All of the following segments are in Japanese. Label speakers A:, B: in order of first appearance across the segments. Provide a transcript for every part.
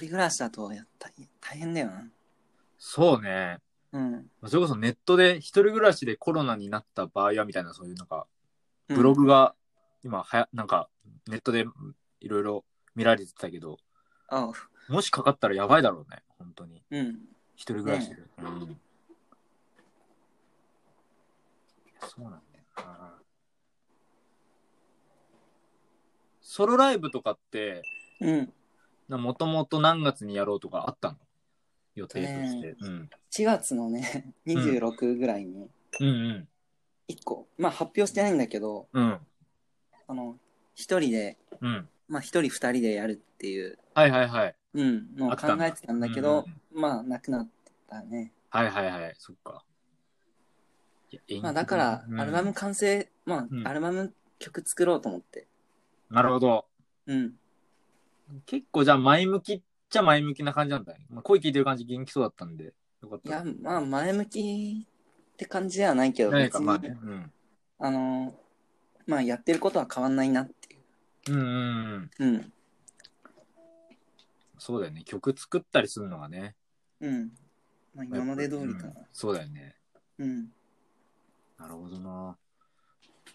A: 人暮らしだとやった大変だよな。
B: そうね。
A: うん。
B: まあそれこそネットで一人暮らしでコロナになった場合はみたいなそういうなんか
A: うん
B: ブログが今はやなんかネットでいろいろ見られてたけど
A: あう
B: もしかかったらやばいだろうね本当に
A: うん。
B: 一人暮らしで、うんいやそうなんだよなソロライブとかって
A: うん。
B: もともと何月にやろうとかあったの予定として、うん、
A: 4月のね、26ぐらいに、
B: うんうん
A: 1個、まあ発表してないんだけど、
B: うん
A: あの、一人で、
B: うん
A: まあ一人二人でやるっていう、
B: はいはいはい
A: うん、のを
B: あった
A: 考
B: んだ
A: えてたんだけど
B: うん、
A: まあなくなったね。
B: はいはいはい、そっか。いや
A: まあだから、アルバ。
B: 延期
A: ム完成、ま
B: うん
A: あアルバム曲作ろうと思って。
B: うんなるほど。
A: うん。
B: 結構じゃあ前向きっちゃ前向きな感じなんだね。まあ、声聞いてる感じ元気そうだったんで、よかっ
A: い
B: た。
A: や、まあ前向きって感じではないけど、
B: 何
A: 別
B: か
A: に、
B: まあね。うん。
A: あの、まあやってることは変わんないなってい
B: うんうんうん。
A: う。うん。
B: そうだよね。曲作ったりするのがね。
A: うん。まあ今まで通りか
B: うん
A: な。
B: そうだよね。
A: うん。
B: なるほどな。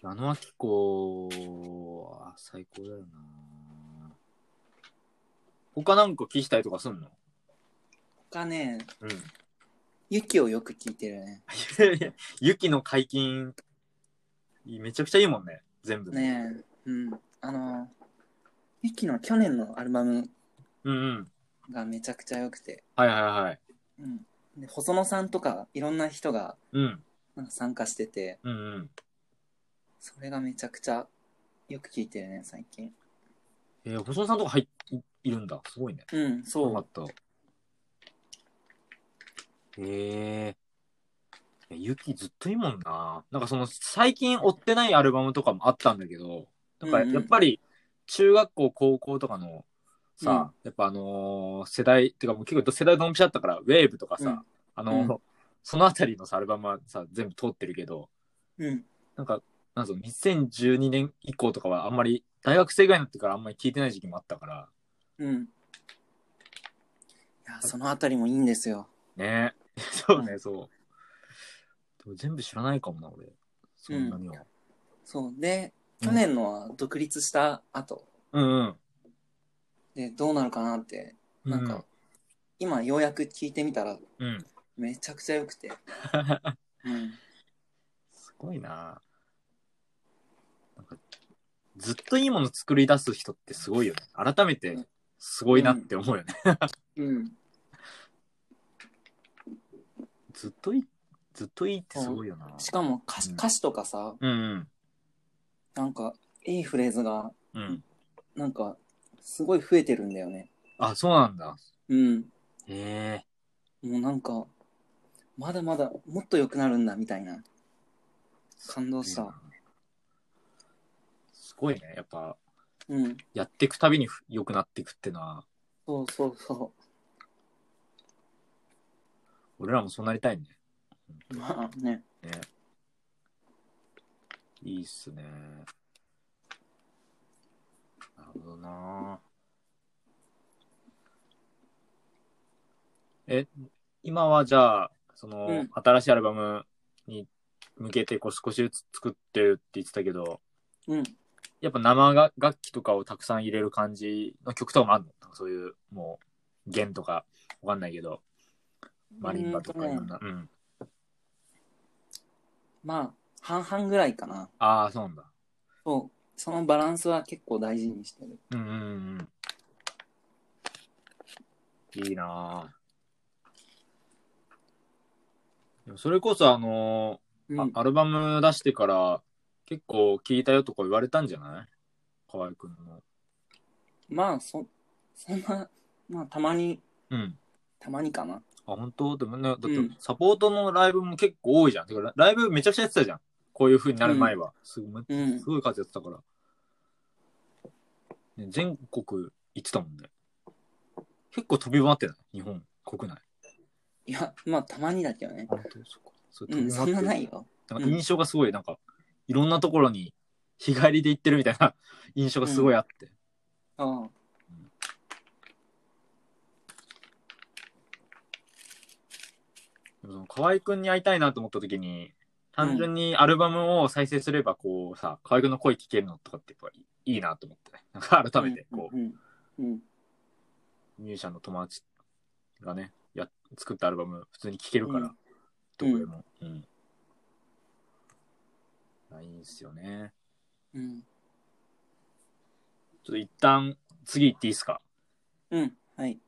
B: 矢野明子、あ最高だよな。他なんか聞いたりとかすんの
A: 他ね、
B: うん。
A: ユキをよく聞いてるね。
B: 雪の解禁、めちゃくちゃいいもんね。全部。
A: ねえ、うん。あの、ユキの去年のアルバム
B: うんうん。
A: がめちゃくちゃ良くて、
B: はいはいはい。
A: うん。で、細野さんとかいろんな人が
B: うん。
A: なんか参加してて、
B: うんうん。
A: それがめちゃくちゃよく聞いてるね、最近。
B: えー、細野さんとか入っいいるんだ。すごいね。
A: うん、
B: よ
A: そ
B: か
A: う
B: っ。た。えー。いやゆきずっといいもんな。なんかその最近追ってないアルバムとかもあったんだけど、なんか
A: うんうん
B: やっぱり中学校、高校とかのさ、やっぱあのー世代、っていうかもう結構世代ドンピシャだったから、ウェーブとかさ、
A: うん
B: あのー
A: う
B: そのあたりのさ、アルバムはさ、全部通ってるけど、
A: うん。
B: なんか、なんぞ2012年以降とかはあんまり、大学生ぐらいになってからあんまり聞いてない時期もあったから、
A: うん。いや、そのあたりもいいんですよ。
B: ねそうね、そう。でも全部知らないかもな、俺。そんなには。
A: そう。で、
B: うん
A: 去年のは独立した後、
B: うんうん。
A: で、どうなるかなって、なんか、今ようやく聞いてみたら、
B: うん。うん。
A: めちゃくちゃ良く て。うん。
B: すごいななんか、ずっといいもの作り出す人ってすごいよね。改めて、すごいなって思うよね。
A: うん。
B: ずっといい、ずっといいってすごいよな
A: しかも歌詞
B: うん
A: 歌詞とかさ、
B: うんうん。
A: なんか、いいフレーズが、
B: うん。
A: なんか、すごい増えてるんだよね。
B: あ、そうなんだ。
A: うん。
B: へえ。
A: もうなんか、まだまだもっと良くなるんだみたいな。感動した。
B: すごいね。やっぱ、
A: うん。
B: やっていくたびにふ良くなっていくってのは、
A: そうそうそ
B: 俺らもそうなりたいね。
A: う。まあね。
B: いいっすね。なるほどなえ、今はじゃあ、その、
A: うん
B: 新しいアルバムに向けてこう少しずつ作ってるって言ってたけど、
A: うん。
B: やっぱ生が楽器とかをたくさん入れる感じの曲とかもあるのなんかそういう、もう、弦とか、わかんないけど、マリンバとかいろんな。うん。
A: まあ、半々ぐらいかな。
B: ああ、そうなんだ。
A: そう。そのバランスは結構大事にしてる。
B: うんうんうん。いいなぁ。でもそれこそあの
A: う
B: ー
A: ん。
B: あアルバム出してから結構聞いたよとか言われたんじゃない河合くんの。
A: まあ、そ、そんな、まあ、たまに、
B: うん。
A: たまにかな。
B: あ、本当でもね、だって
A: うん
B: サポートのライブも結構多いじゃん。てかライブめちゃくちゃやってたじゃん。こういう風になる前は。すごい、
A: うん
B: す。ごい数やってたから。ね、全国行ってたもんね。結構飛び回ってない日本国内。
A: いや、まあ、たまにだけどね。
B: 本当そこそう
A: うん、そんなない
B: よ。
A: よ。
B: なんか印象がすごい、なんか、いろんなところに 日帰りで行ってるみた いな印象がすごいあって。
A: うん。
B: の河合くんに会いたいなと思った時に、単純にアルバムを再生すれば、こうさ、河合くんの声聞けるのとかってやっぱいいいなと思って、なんか改めて、こう、
A: うんうん
B: ミュージシャンの友達がね、や作ったアルバム、普通に聴けるか
A: う
B: ら、
A: ん
B: どこでも。うん。あいいんすよね。
A: うん
B: ちょっと一旦、次行っていいっすか
A: うんはい